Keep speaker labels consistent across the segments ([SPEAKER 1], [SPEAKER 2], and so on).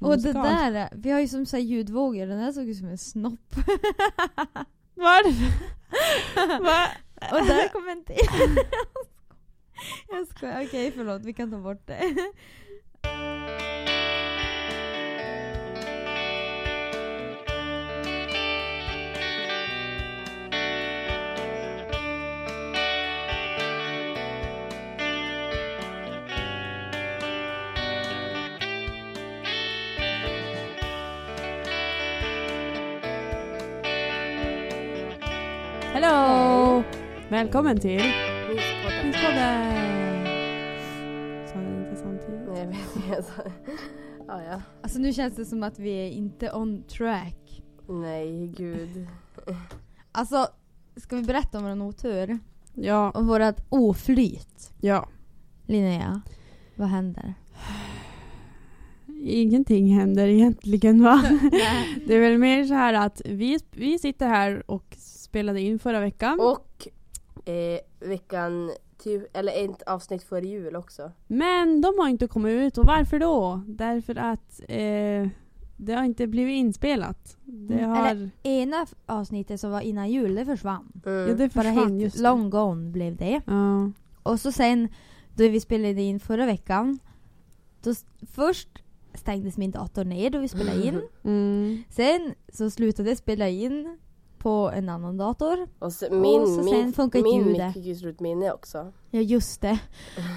[SPEAKER 1] Och det där, vi har ju som så här ljudvågor, den där såg ut som en snopp.
[SPEAKER 2] Varför? Va?
[SPEAKER 1] Och där kom en till. Jag skojar, okej förlåt vi kan ta bort det.
[SPEAKER 2] Hello! Välkommen till
[SPEAKER 3] Myspodden.
[SPEAKER 2] Husboden! Sa jag inte samtidigt?
[SPEAKER 3] Nej, jag vet inte. Alltså. Ja, ja.
[SPEAKER 1] Alltså nu känns det som att vi är inte on track.
[SPEAKER 3] Nej, gud.
[SPEAKER 1] Alltså, ska vi berätta om våran otur?
[SPEAKER 2] Ja,
[SPEAKER 1] Och vårat oflyt?
[SPEAKER 2] ja.
[SPEAKER 1] Linnea, vad händer?
[SPEAKER 2] Ingenting händer egentligen va?
[SPEAKER 1] Nej.
[SPEAKER 2] Det är väl mer så här att vi, vi sitter här och spelade in förra
[SPEAKER 1] Mm.
[SPEAKER 2] veckan.
[SPEAKER 3] Och eh, veckan, typ, eller ett avsnitt före jul också.
[SPEAKER 2] Men de har inte kommit ut och varför då? Därför att eh, det har inte blivit inspelat. Det
[SPEAKER 1] Mm,
[SPEAKER 2] har...
[SPEAKER 1] Ena f- avsnittet som var innan jul, det försvann.
[SPEAKER 3] Mm.
[SPEAKER 2] Ja, det
[SPEAKER 1] Bara
[SPEAKER 2] försvann
[SPEAKER 1] helt
[SPEAKER 2] just
[SPEAKER 1] long gone blev det.
[SPEAKER 2] Ja.
[SPEAKER 1] Och så sen, då vi spelade in förra veckan, då s- först stängdes min dator ner då vi spelade in.
[SPEAKER 2] Mm.
[SPEAKER 1] Sen så slutade jag spela in på en annan dator.
[SPEAKER 3] Och så, min,
[SPEAKER 1] Och så sen
[SPEAKER 3] min,
[SPEAKER 1] funkar inte
[SPEAKER 3] min
[SPEAKER 1] ljudet.
[SPEAKER 3] mick gick ju slut minne också.
[SPEAKER 1] Ja just det.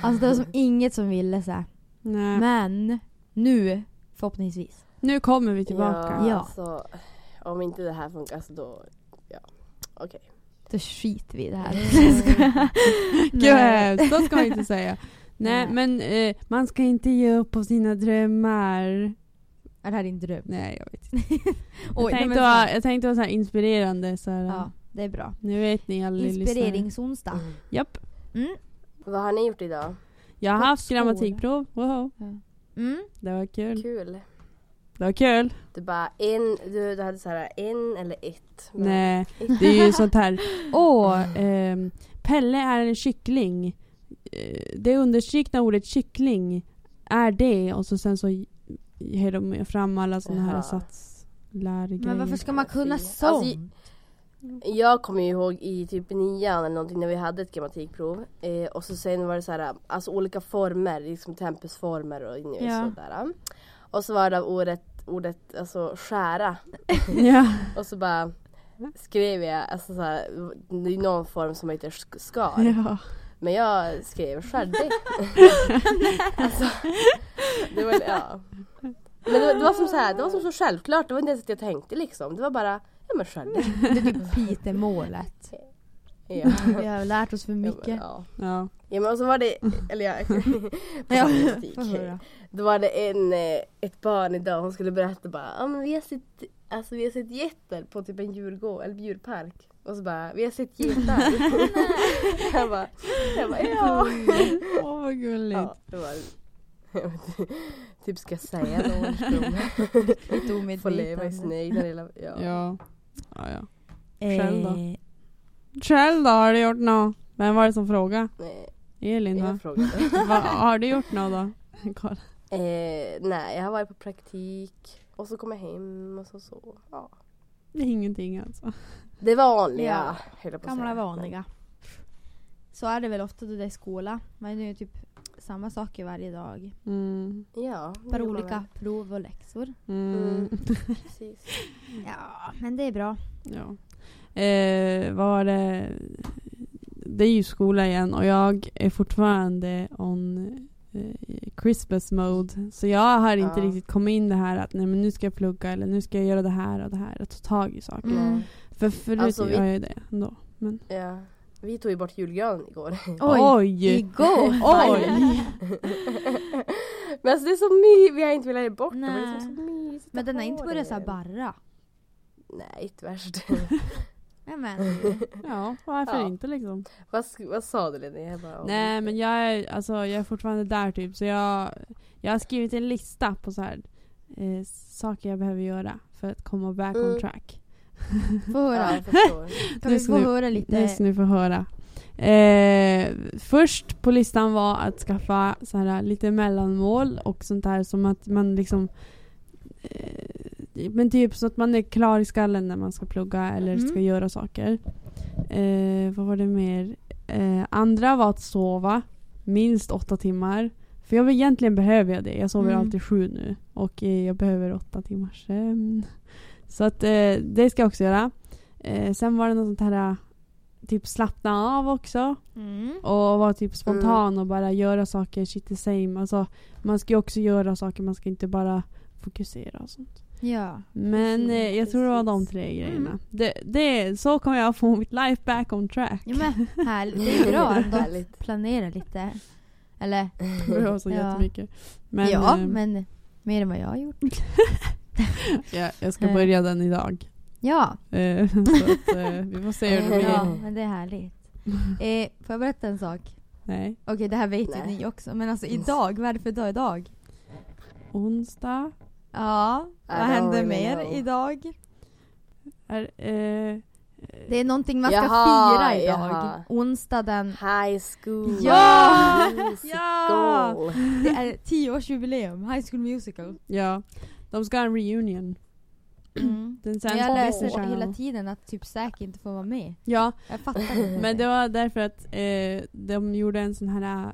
[SPEAKER 1] Alltså det var som inget som ville så här.
[SPEAKER 2] Nej.
[SPEAKER 1] Men nu, förhoppningsvis.
[SPEAKER 2] Nu kommer vi tillbaka.
[SPEAKER 1] Ja.
[SPEAKER 3] Ja, alltså, om inte det här funkar så då, ja. Okej.
[SPEAKER 1] Då skiter vi i det här.
[SPEAKER 2] Gud vad
[SPEAKER 1] Nej.
[SPEAKER 2] hemskt, så ska man inte säga. Nej,
[SPEAKER 1] Nej.
[SPEAKER 2] men eh, man ska inte ge upp på sina drömmar.
[SPEAKER 1] Är det här din dröm?
[SPEAKER 2] Nej, jag vet inte.
[SPEAKER 1] Oj, nej,
[SPEAKER 2] jag,
[SPEAKER 1] men
[SPEAKER 2] tänkte vara,
[SPEAKER 1] fan.
[SPEAKER 2] jag tänkte vara så här inspirerande. Så här,
[SPEAKER 1] Ja, det är bra.
[SPEAKER 2] Nu vet ni alla lyssnare.
[SPEAKER 1] Inspireringsonsdag.
[SPEAKER 3] Mm.
[SPEAKER 2] Japp.
[SPEAKER 1] Mm.
[SPEAKER 3] Vad har ni gjort idag?
[SPEAKER 2] Jag har
[SPEAKER 1] Gått
[SPEAKER 2] haft
[SPEAKER 1] skola.
[SPEAKER 2] grammatikprov. Wow.
[SPEAKER 1] Mm.
[SPEAKER 2] Det var kul.
[SPEAKER 3] Kul.
[SPEAKER 2] Det var kul.
[SPEAKER 3] Du bara en, du, du hade så här en eller ett. Men-
[SPEAKER 2] Nej, det är ju sånt här. Åh, ehm, Pelle är en kyckling. Eh, Det understrykna ordet kyckling är det och så sen så ger de fram alla såna här
[SPEAKER 3] Jaha.
[SPEAKER 2] satslärgrejer.
[SPEAKER 1] Men varför ska man kunna
[SPEAKER 3] Fy.
[SPEAKER 1] sånt?
[SPEAKER 3] Alltså, Jag kommer ju ihåg i typ nian eller någonting när vi hade ett grammatikprov eh, och så sen var det så här, alltså olika former, liksom tempusformer och nu
[SPEAKER 1] Ja.
[SPEAKER 3] sådär. Och så var det ordet, ordet alltså skära
[SPEAKER 2] Ja.
[SPEAKER 3] och så bara skrev jag, alltså så här, det är någon form som heter sk- skar.
[SPEAKER 2] ja.
[SPEAKER 3] Men jag skrev skärde. alltså, det var, ja. Men det var, det var som så här, det var som så självklart, det var inte ens att jag tänkte liksom. Det var bara, ja men skärde.
[SPEAKER 1] Det är typ Pitemålet.
[SPEAKER 3] Ja.
[SPEAKER 1] Vi har lärt oss för
[SPEAKER 3] Ja, men,
[SPEAKER 1] mycket.
[SPEAKER 3] ja.
[SPEAKER 2] ja.
[SPEAKER 3] Ja men och så var det,
[SPEAKER 1] Mm.
[SPEAKER 3] eller ja,
[SPEAKER 1] Ja,
[SPEAKER 3] politik.
[SPEAKER 1] får höra.
[SPEAKER 3] Då var det en, eh, ett barn idag, hon skulle berätta bara, ja men vi har sett, alltså vi har sett getter på typ en djurgård, eller djurpark. Och så bara, vi har sett getar. jag bara, jag bara, ja.
[SPEAKER 2] Åh vad gulligt.
[SPEAKER 3] ja det var, jag vet inte, typ ska jag säga något
[SPEAKER 1] Lite
[SPEAKER 3] Få leva i
[SPEAKER 1] omedvetande.
[SPEAKER 3] sina egna lilla, ja.
[SPEAKER 2] Ja. Ja, ja. Själv då?
[SPEAKER 1] Eh,
[SPEAKER 2] Själv då, har du gjort något? Vem var det som frågade?
[SPEAKER 3] Nej,
[SPEAKER 2] Elin va?
[SPEAKER 3] jag frågade.
[SPEAKER 2] va? Har du gjort något då? Kolla.
[SPEAKER 3] Eh, nej, jag har varit på praktik och så kom jag hem och så så. Ja.
[SPEAKER 2] Ingenting alltså.
[SPEAKER 3] Det vanliga.
[SPEAKER 1] Ja,
[SPEAKER 3] höll jag på att
[SPEAKER 1] gamla
[SPEAKER 3] säga.
[SPEAKER 1] vanliga. Så är det väl ofta då det är skola. Man gör ju typ samma saker varje dag.
[SPEAKER 2] Mm.
[SPEAKER 3] Ja. det
[SPEAKER 1] Bara
[SPEAKER 3] gjorde man
[SPEAKER 1] olika prov och läxor.
[SPEAKER 2] Mm.
[SPEAKER 3] väl. Precis.
[SPEAKER 1] Ja, men det är bra.
[SPEAKER 2] Ja. Eh, vad var det? Det är ju skola igen och jag är fortfarande on eh, Christmas mode. Så jag har inte
[SPEAKER 3] Ja.
[SPEAKER 2] riktigt kommit in det här att nej, men nu ska jag plugga eller nu ska jag göra det här och det här. Att ta tag i saker.
[SPEAKER 1] Mm.
[SPEAKER 3] Nej.
[SPEAKER 2] För förut
[SPEAKER 3] Alltså, vi-
[SPEAKER 2] gör jag ju det ändå. Men...
[SPEAKER 3] Ja. Vi tog ju bort julgranen igår.
[SPEAKER 1] Oj.
[SPEAKER 2] Oj.
[SPEAKER 1] Igår!
[SPEAKER 2] Oj.
[SPEAKER 3] Men alltså det är så mysigt. Vi har inte velat ge bort den. Men det är
[SPEAKER 1] Nej.
[SPEAKER 3] liksom så mysigt
[SPEAKER 1] Men
[SPEAKER 3] att
[SPEAKER 1] den har
[SPEAKER 3] ha
[SPEAKER 1] inte börjat
[SPEAKER 3] den.
[SPEAKER 1] såhär barra.
[SPEAKER 3] Nej, inte värst.
[SPEAKER 1] Nämen.
[SPEAKER 2] Ja, varför
[SPEAKER 3] Ja.
[SPEAKER 2] inte liksom?
[SPEAKER 3] vad, sk- vad sa du Linnea? Jag bara,
[SPEAKER 2] Nej men jag är, alltså, jag är fortfarande där typ så jag, jag har skrivit en lista på så här, eh, saker jag behöver göra för att komma back on
[SPEAKER 3] Mm.
[SPEAKER 2] track.
[SPEAKER 1] Få
[SPEAKER 3] Ja,
[SPEAKER 1] höra.
[SPEAKER 3] jag förstår.
[SPEAKER 1] Kan vi
[SPEAKER 2] ska
[SPEAKER 1] få
[SPEAKER 2] du-
[SPEAKER 1] höra
[SPEAKER 2] Det ska
[SPEAKER 1] lite?
[SPEAKER 2] ni få höra. Eh, först på listan var att skaffa så här, lite mellanmål och sånt där som att man liksom eh, men typ så att man är klar i skallen när man ska plugga eller
[SPEAKER 1] Mhm.
[SPEAKER 2] ska göra saker. Eh, vad var det mer? Eh, andra var att sova minst åtta timmar. För jag egentligen behöver jag det. Jag sover
[SPEAKER 1] Mm.
[SPEAKER 2] alltid sju nu och eh, jag behöver åtta timmars sömn. Så att eh, det ska jag också göra. Eh, sen var det något sånt här eh, typ slappna av också.
[SPEAKER 1] Mm.
[SPEAKER 2] Och vara typ spontan och bara göra saker shit the same. Alltså, man ska ju också göra saker, man ska inte bara fokusera och sånt.
[SPEAKER 1] Ja.
[SPEAKER 2] Men
[SPEAKER 3] Precis,
[SPEAKER 2] eh, jag tror det var de
[SPEAKER 3] precis.
[SPEAKER 2] tre grejerna.
[SPEAKER 1] Mm.
[SPEAKER 2] Det, det, så kommer jag få mitt life back on track.
[SPEAKER 1] ja men, härligt. Det är bra ändå att
[SPEAKER 3] Härligt.
[SPEAKER 1] planera lite. Eller?
[SPEAKER 2] Det var så
[SPEAKER 1] Ja.
[SPEAKER 2] jättemycket. Men,
[SPEAKER 1] ja,
[SPEAKER 2] eh,
[SPEAKER 1] men mer än vad jag har gjort.
[SPEAKER 2] ja, jag ska
[SPEAKER 1] Eh.
[SPEAKER 2] börja den idag.
[SPEAKER 1] Ja,
[SPEAKER 2] Eh, så att, eh, vi får se hur det blir.
[SPEAKER 1] ja
[SPEAKER 3] Mm.
[SPEAKER 1] men det är härligt. Eh, får jag berätta en sak?
[SPEAKER 2] Nej.
[SPEAKER 1] Okej, det här vet ju
[SPEAKER 3] Nej.
[SPEAKER 1] ni också. Men alltså idag, vad är det för dag idag?
[SPEAKER 2] Onsdag.
[SPEAKER 1] Ja, vad
[SPEAKER 3] don't
[SPEAKER 1] hände
[SPEAKER 3] really
[SPEAKER 1] mer
[SPEAKER 3] know.
[SPEAKER 1] idag?
[SPEAKER 2] Är, eh,
[SPEAKER 1] Det är någonting man ska
[SPEAKER 3] Jaha,
[SPEAKER 1] fira idag.
[SPEAKER 3] jaha.
[SPEAKER 1] Onsdag den...
[SPEAKER 3] High school
[SPEAKER 1] Ja!
[SPEAKER 3] musical.
[SPEAKER 2] Ja!
[SPEAKER 1] Det är tioårsjubileum, High School Musical.
[SPEAKER 2] ja. De ska ha en reunion.
[SPEAKER 1] Mm.
[SPEAKER 2] Den
[SPEAKER 1] Men
[SPEAKER 2] sänds på
[SPEAKER 1] jag läser
[SPEAKER 2] Disney
[SPEAKER 1] hela
[SPEAKER 2] Channel.
[SPEAKER 1] tiden att typ säkert inte får vara med.
[SPEAKER 2] Ja,
[SPEAKER 1] Jag fattar inte.
[SPEAKER 2] Men det var därför att eh, de gjorde en sån här... eh,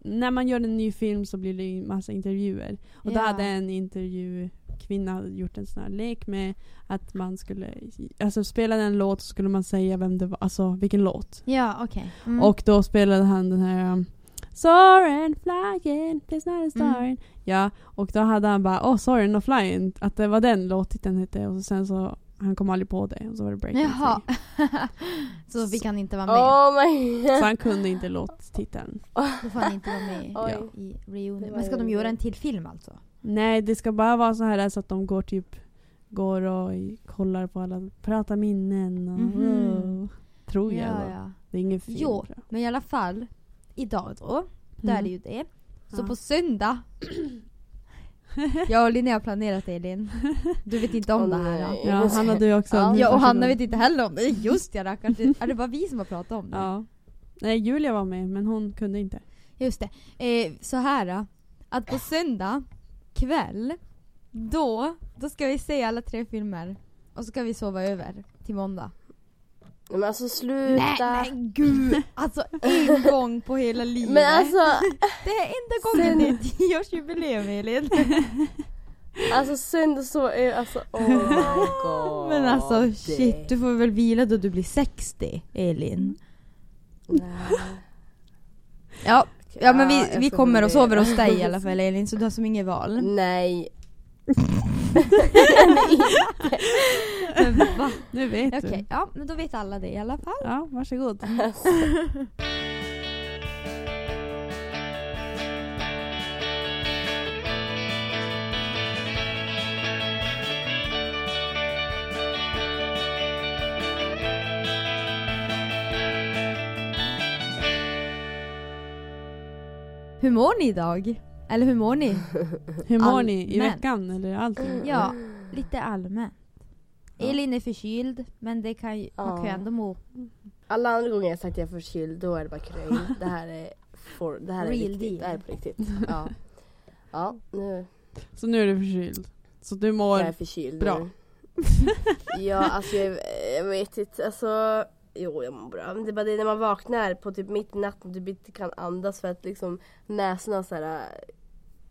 [SPEAKER 2] När man gör en ny film så blir det ju en massa intervjuer. Och då
[SPEAKER 1] Ja.
[SPEAKER 2] hade en intervjukvinna gjort en sån här lek med att man skulle... Alltså spelade en låt så skulle man säga vem det var, alltså vilken låt.
[SPEAKER 1] Ja, okej. Mm.
[SPEAKER 2] Och då spelade han den här... um, Soarin' flying, there's not a star
[SPEAKER 1] Mm.
[SPEAKER 2] in." Ja, och då hade han bara oh soarin' och flying, att det var den låttiteln hette och sen så han kom aldrig på det och så var det breaking
[SPEAKER 1] Jaha.
[SPEAKER 2] free.
[SPEAKER 1] så vi kan inte vara med.
[SPEAKER 3] Oh my
[SPEAKER 2] Så han kunde inte låttiteln.
[SPEAKER 1] Då får han inte vara med
[SPEAKER 3] Oj.
[SPEAKER 1] i reunion.
[SPEAKER 3] Det
[SPEAKER 1] Men ska
[SPEAKER 3] var
[SPEAKER 1] de
[SPEAKER 3] ju-
[SPEAKER 1] göra en till film alltså?
[SPEAKER 2] Nej, det ska bara vara så här så att de går typ går och i- kollar på alla, pratar minnen och
[SPEAKER 1] Mhm.
[SPEAKER 2] tror jag. då.
[SPEAKER 1] ja.
[SPEAKER 2] Det är ingen film.
[SPEAKER 1] Jo,
[SPEAKER 2] tror jag.
[SPEAKER 1] men i alla fall idag då, då är
[SPEAKER 2] Mm.
[SPEAKER 1] det ju det. Så
[SPEAKER 2] Ja.
[SPEAKER 1] på söndag Jag och Linnea har planerat det Elin. Du vet inte om
[SPEAKER 3] Åh,
[SPEAKER 1] det här.
[SPEAKER 3] nej.
[SPEAKER 1] då.
[SPEAKER 2] Ja, Hanna du också.
[SPEAKER 3] Ja.
[SPEAKER 2] Nu
[SPEAKER 1] Ja och Hanna
[SPEAKER 2] varsågod.
[SPEAKER 1] vet inte heller om det. Just ja rackarns. Det- Är det bara vi som har pratat om det?
[SPEAKER 2] Ja. Nej, Julia var med men hon kunde inte.
[SPEAKER 1] Just det. Eh, så här då. Att på söndag kväll, då, då ska vi se alla tre filmer. Och så ska vi sova över till måndag.
[SPEAKER 3] Nej, Men alltså
[SPEAKER 1] Nej
[SPEAKER 3] sluta.
[SPEAKER 1] men gud! Alltså en gång på hela livet.
[SPEAKER 3] Men alltså,
[SPEAKER 1] Det är enda gången det är tioårsjubileum Elin.
[SPEAKER 3] alltså söndag så är alltså oh my god.
[SPEAKER 1] Men alltså shit, du får väl vila då du blir 60 Elin.
[SPEAKER 3] Nej. Ah,
[SPEAKER 1] Ja, ja men vi,
[SPEAKER 3] jag
[SPEAKER 1] vi
[SPEAKER 3] får
[SPEAKER 1] kommer och
[SPEAKER 3] fundera.
[SPEAKER 1] sover hos dig i alla fall Elin så du har som inget val.
[SPEAKER 3] Nej.
[SPEAKER 1] Men va?
[SPEAKER 2] Nu vet
[SPEAKER 1] Okej,
[SPEAKER 2] du.
[SPEAKER 1] ja men då vet alla det i alla fall.
[SPEAKER 2] Ja, varsågod.
[SPEAKER 3] Alltså.
[SPEAKER 1] Hur mår ni idag? Eller hur mår ni?
[SPEAKER 2] Hur mår
[SPEAKER 1] All-
[SPEAKER 2] ni i
[SPEAKER 1] men-
[SPEAKER 2] veckan eller allting?
[SPEAKER 1] Ja, lite allmänt.
[SPEAKER 2] Ja.
[SPEAKER 1] Elin är förkyld men det kan ju, man kan ju
[SPEAKER 3] Ja.
[SPEAKER 1] ändå må
[SPEAKER 3] Alla andra gånger jag sagt att jag är förkyld då är det bara kröj. Det här är, for, det här är
[SPEAKER 1] Real
[SPEAKER 3] riktigt.
[SPEAKER 1] deal.
[SPEAKER 3] Det här är på riktigt. Ja. Ja, nu.
[SPEAKER 2] Så nu är du förkyld. Så du
[SPEAKER 3] Jag
[SPEAKER 2] mår...
[SPEAKER 3] är förkyld
[SPEAKER 2] bra.
[SPEAKER 3] nu. Ja, alltså jag, jag vet inte. Alltså, jo, jag mår bra. Men det är bara det när man vaknar på typ mitt i natten du inte kan andas för att liksom näsan har så här. äh,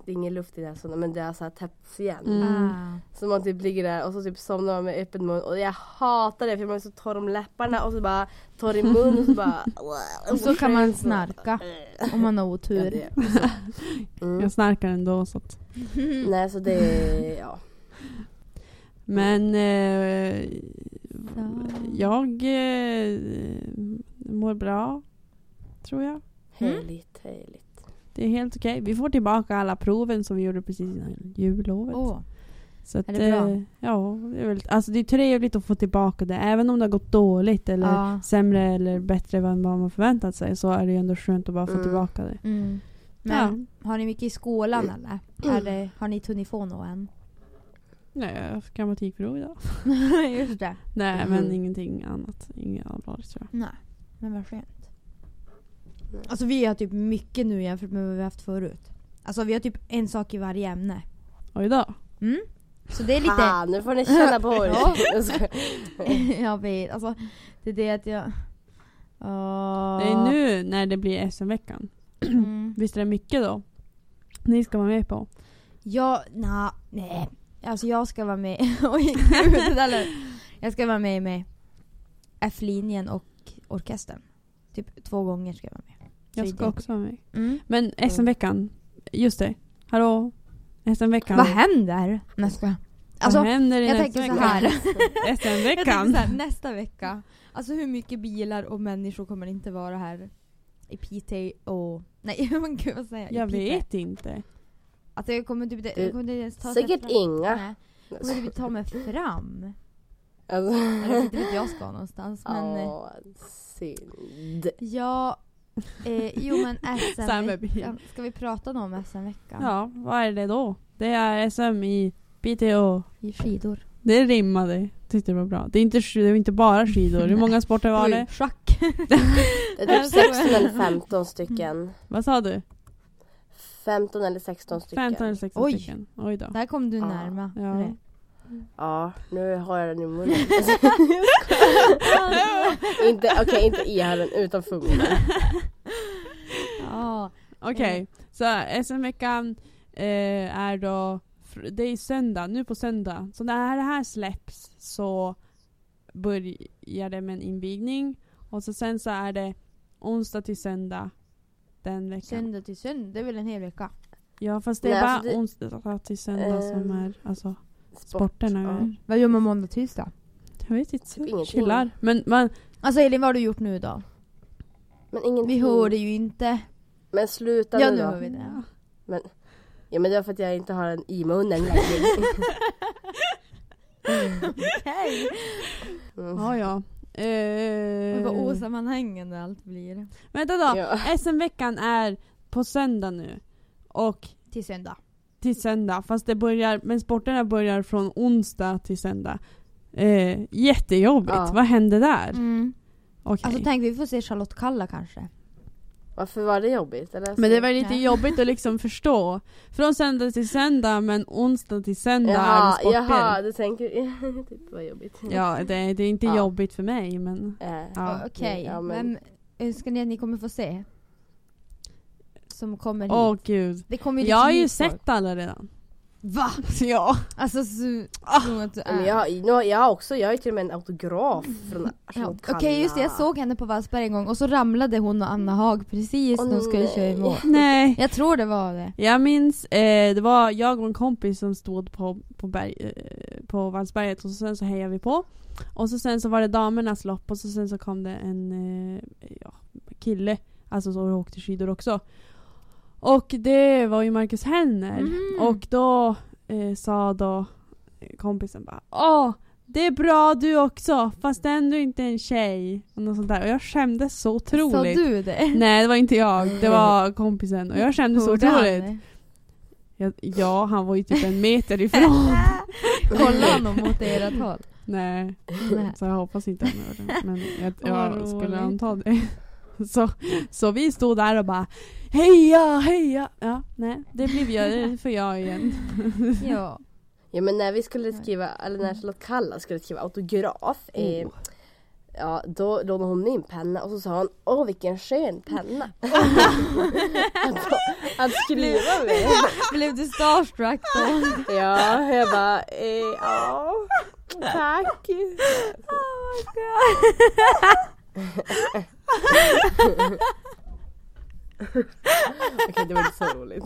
[SPEAKER 3] Det är ingen luft i näsan men det har så här täppts igen.
[SPEAKER 2] Mm.
[SPEAKER 1] Ah.
[SPEAKER 3] Så man typ ligger där och så typ somnar man med öppen mun och jag hatar det för man är så torr om läpparna och så bara torr i mun och så bara...
[SPEAKER 1] Och så kan man snarka om man har
[SPEAKER 3] Ja,
[SPEAKER 1] otur.
[SPEAKER 3] det är så. Mm.
[SPEAKER 2] Jag snarkar ändå så att...
[SPEAKER 1] Mm.
[SPEAKER 3] Nej så det är, ja.
[SPEAKER 2] Men... Eh, Jag eh, mår bra, tror jag.
[SPEAKER 1] Mm.
[SPEAKER 3] Heligt, heligt.
[SPEAKER 2] Det är helt okej. Vi får tillbaka alla proven som vi gjorde precis innan jullovet.
[SPEAKER 1] Åh,
[SPEAKER 2] Så att,
[SPEAKER 1] är det bra?
[SPEAKER 2] eh, ja, det är, väldigt, alltså det är trevligt att få tillbaka det. Även om det har gått dåligt eller
[SPEAKER 1] Ja.
[SPEAKER 2] sämre eller bättre än vad man förväntat sig så är det ju ändå skönt att bara få
[SPEAKER 3] Mm.
[SPEAKER 2] tillbaka det.
[SPEAKER 1] Mm. Men har ni mycket i skolan
[SPEAKER 3] Mm.
[SPEAKER 1] eller? Är det, har ni tunifono än?
[SPEAKER 2] Nej, jag har haft grammatikprov idag.
[SPEAKER 1] Just det.
[SPEAKER 2] Nej,
[SPEAKER 3] Mhm.
[SPEAKER 2] men ingenting annat. Inget allvarligt tror jag.
[SPEAKER 1] Nej, men vad skönt.
[SPEAKER 3] Nej.
[SPEAKER 1] Alltså vi har typ mycket nu jämfört med vad vi har haft förut. Alltså vi har typ en sak i varje ämne.
[SPEAKER 2] Och idag?
[SPEAKER 1] Mm. Så det är lite...
[SPEAKER 3] Haha, nu får ni känna på er.
[SPEAKER 1] Ja.
[SPEAKER 3] Jag skojar.
[SPEAKER 1] jag vet, alltså det är det att jag... Åh.
[SPEAKER 2] Det är nu när det blir SM-veckan.
[SPEAKER 1] Mm.
[SPEAKER 2] Visst är det mycket då? Ni ska vara med på.
[SPEAKER 1] Jag, na, nej. Alltså jag ska vara med. Oj, gud, det där lät- jag ska vara med med F-linjen och orkestern. Typ två gånger ska jag vara med.
[SPEAKER 2] Jag
[SPEAKER 1] Så
[SPEAKER 2] ska
[SPEAKER 1] det-
[SPEAKER 2] också vara med.
[SPEAKER 1] Mm.
[SPEAKER 2] Men SM-veckan. Just det. Hallå? SM-veckan.
[SPEAKER 1] Vad händer nästa Alltså
[SPEAKER 2] Vad händer i
[SPEAKER 1] jag
[SPEAKER 2] nästa
[SPEAKER 1] tänker så
[SPEAKER 2] vecka?
[SPEAKER 1] här. Jag tänker
[SPEAKER 2] SM-veckan.
[SPEAKER 1] så här, nästa vecka. Alltså hur mycket bilar och människor kommer inte vara här i Piteå och... Nej men gud vad säger
[SPEAKER 2] Jag
[SPEAKER 1] I Piteå.
[SPEAKER 2] vet inte.
[SPEAKER 1] Alltså jag kommer typ inte... Jag kommer inte ens ta
[SPEAKER 3] Säkert
[SPEAKER 1] fram-
[SPEAKER 3] inga.
[SPEAKER 1] Nej. Jag kommer typ inte ta mig fram.
[SPEAKER 3] Alltså.
[SPEAKER 1] Eller inte vet jag ska någonstans men... eh,
[SPEAKER 3] Ja, synd.
[SPEAKER 1] Ja, eh, jo men
[SPEAKER 2] Samma bil.
[SPEAKER 1] SM-veckan. Ska vi prata då om SM-veckan?
[SPEAKER 2] Ja, vad är det då? Det är SM i BTO.
[SPEAKER 1] I skidor.
[SPEAKER 2] Det rimmade. Tyckte det var bra. Det är inte, sk- det är inte bara skidor. Hur många sporter var
[SPEAKER 1] Oj,
[SPEAKER 2] det?
[SPEAKER 1] Schack.
[SPEAKER 3] Det är typ 16 eller 15 stycken.
[SPEAKER 2] Vad sa du?
[SPEAKER 3] 15 eller 16 stycken.
[SPEAKER 2] 15 eller 16
[SPEAKER 1] Oj.
[SPEAKER 2] stycken? Oj då.
[SPEAKER 1] Där kom du
[SPEAKER 3] Ja.
[SPEAKER 1] närma.
[SPEAKER 2] Ja.
[SPEAKER 1] Det.
[SPEAKER 3] Ja, nu har jag den i munnen. inte, okej, inte i hörnen, utanför munnen.
[SPEAKER 1] Ja.
[SPEAKER 3] Mm.
[SPEAKER 2] Okej, så SM-veckan eh, är då, fr- det är söndag, nu på söndag. Så när det här släpps så börjar det med en invigning och så sen så är det onsdag till söndag den veckan.
[SPEAKER 1] Söndag till söndag, det är väl en hel vecka?
[SPEAKER 2] ja fast det är
[SPEAKER 3] Nej,
[SPEAKER 2] bara
[SPEAKER 3] alltså det-
[SPEAKER 2] onsdag till söndag som
[SPEAKER 3] Ehm,
[SPEAKER 2] är alltså
[SPEAKER 3] Sport.
[SPEAKER 2] sporterna.
[SPEAKER 3] ja.
[SPEAKER 2] är.
[SPEAKER 1] Vad gör man måndag, tisdag?
[SPEAKER 2] Jag vet inte,
[SPEAKER 3] Typ ingenting.
[SPEAKER 2] chillar. Men man,
[SPEAKER 1] Alltså Elin, vad har du gjort nu då?
[SPEAKER 3] Men ingen
[SPEAKER 1] Vi hörde ju inte.
[SPEAKER 3] Men sluta
[SPEAKER 1] Ja,
[SPEAKER 3] nu
[SPEAKER 1] nu
[SPEAKER 3] då.
[SPEAKER 1] hör vi det.
[SPEAKER 3] Ja men det är för att jag inte har den i munnen längre.
[SPEAKER 1] Okej.
[SPEAKER 3] Mm.
[SPEAKER 2] ja ja. Eh,
[SPEAKER 1] Vad osammanhängande allt blir.
[SPEAKER 2] vänta då,
[SPEAKER 3] Ja.
[SPEAKER 2] SM-veckan är på söndag nu. Och
[SPEAKER 1] Till söndag.
[SPEAKER 2] till söndag. Fast det börjar, men sporterna börjar från onsdag till söndag. Eh, jättejobbigt.
[SPEAKER 3] Ja.
[SPEAKER 2] Vad hände där?
[SPEAKER 1] Mm.
[SPEAKER 2] Okej.
[SPEAKER 1] Alltså tänk, vi får se Charlotte Kalla kanske.
[SPEAKER 3] Varför var det jobbigt? Eller?
[SPEAKER 2] men det var lite
[SPEAKER 1] Ja.
[SPEAKER 2] jobbigt att liksom förstå. Från söndag till söndag men onsdag till söndag är det
[SPEAKER 3] Jaha,
[SPEAKER 2] sporter.
[SPEAKER 3] jaha, du tänker typ vad jobbigt.
[SPEAKER 2] Ja, det, det är inte
[SPEAKER 3] Ja.
[SPEAKER 2] jobbigt för mig men
[SPEAKER 3] Eh,
[SPEAKER 2] ja.
[SPEAKER 1] Okej,
[SPEAKER 3] ja, men-
[SPEAKER 1] vem önskar ni att ni kommer få se? Som kommer hit.
[SPEAKER 2] Åh gud.
[SPEAKER 1] det kommer ju
[SPEAKER 2] Jag har
[SPEAKER 1] liksom
[SPEAKER 2] ju
[SPEAKER 1] hit folk.
[SPEAKER 2] sett alla redan.
[SPEAKER 1] Va?
[SPEAKER 2] Ja.
[SPEAKER 1] Alltså så tror att du
[SPEAKER 3] Men
[SPEAKER 1] är.
[SPEAKER 3] jag, har- nu har- jag har också, jag har ju till och med en autograf från
[SPEAKER 1] Mm. Ja,
[SPEAKER 3] Charlotte
[SPEAKER 1] Okej just det, jag såg henne på Valsberg en gång och så ramlade hon och Anna Haag precis
[SPEAKER 3] Åh,
[SPEAKER 1] när de skulle
[SPEAKER 3] nej.
[SPEAKER 1] köra i mål.
[SPEAKER 2] Nej.
[SPEAKER 1] Jag tror det var det.
[SPEAKER 2] Jag minns, eh, det var jag och en kompis som stod på, på, berg, eh, på Valsberget och så sen så hejade vi på. Och så sen så var det damernas lopp och så sen så kom det en eh, ja, kille, alltså som åkte skidor också. Och det var ju Marcus Henner.
[SPEAKER 1] Mhm.
[SPEAKER 2] Och då eh, sa då kompisen bara Åh, det är bra du också fast ändå inte en tjej. Och, något sånt där. och jag skämdes så
[SPEAKER 1] Sa
[SPEAKER 2] otroligt.
[SPEAKER 1] du det?
[SPEAKER 2] Nej det var inte jag, det var kompisen och jag kände så
[SPEAKER 1] Hörde han
[SPEAKER 2] otroligt.
[SPEAKER 1] det?
[SPEAKER 2] Ja, ja, han var ju typ en meter ifrån.
[SPEAKER 1] Kollade honom åt ert håll?
[SPEAKER 2] Nej,
[SPEAKER 1] Nej.
[SPEAKER 2] så jag hoppas inte han hörde. det. Men jag,
[SPEAKER 1] Vad
[SPEAKER 2] jag skulle
[SPEAKER 1] roligt.
[SPEAKER 2] anta det. Så, så vi stod där och bara heja, heja. Ja, nej, det blev jag, det får jag igen.
[SPEAKER 1] Ja.
[SPEAKER 3] Ja men när vi skulle skriva, eller när Charlotte Kalla skulle skriva autograf
[SPEAKER 1] Mm.
[SPEAKER 3] eh,
[SPEAKER 2] Oh.
[SPEAKER 3] Ja, då lånade hon min penna och så sa hon Åh vilken skön penna! att, att skriva med!
[SPEAKER 1] Blev du starstruck då?
[SPEAKER 3] Ja, jag bara eh, ja, tack! Okej det var inte så roligt.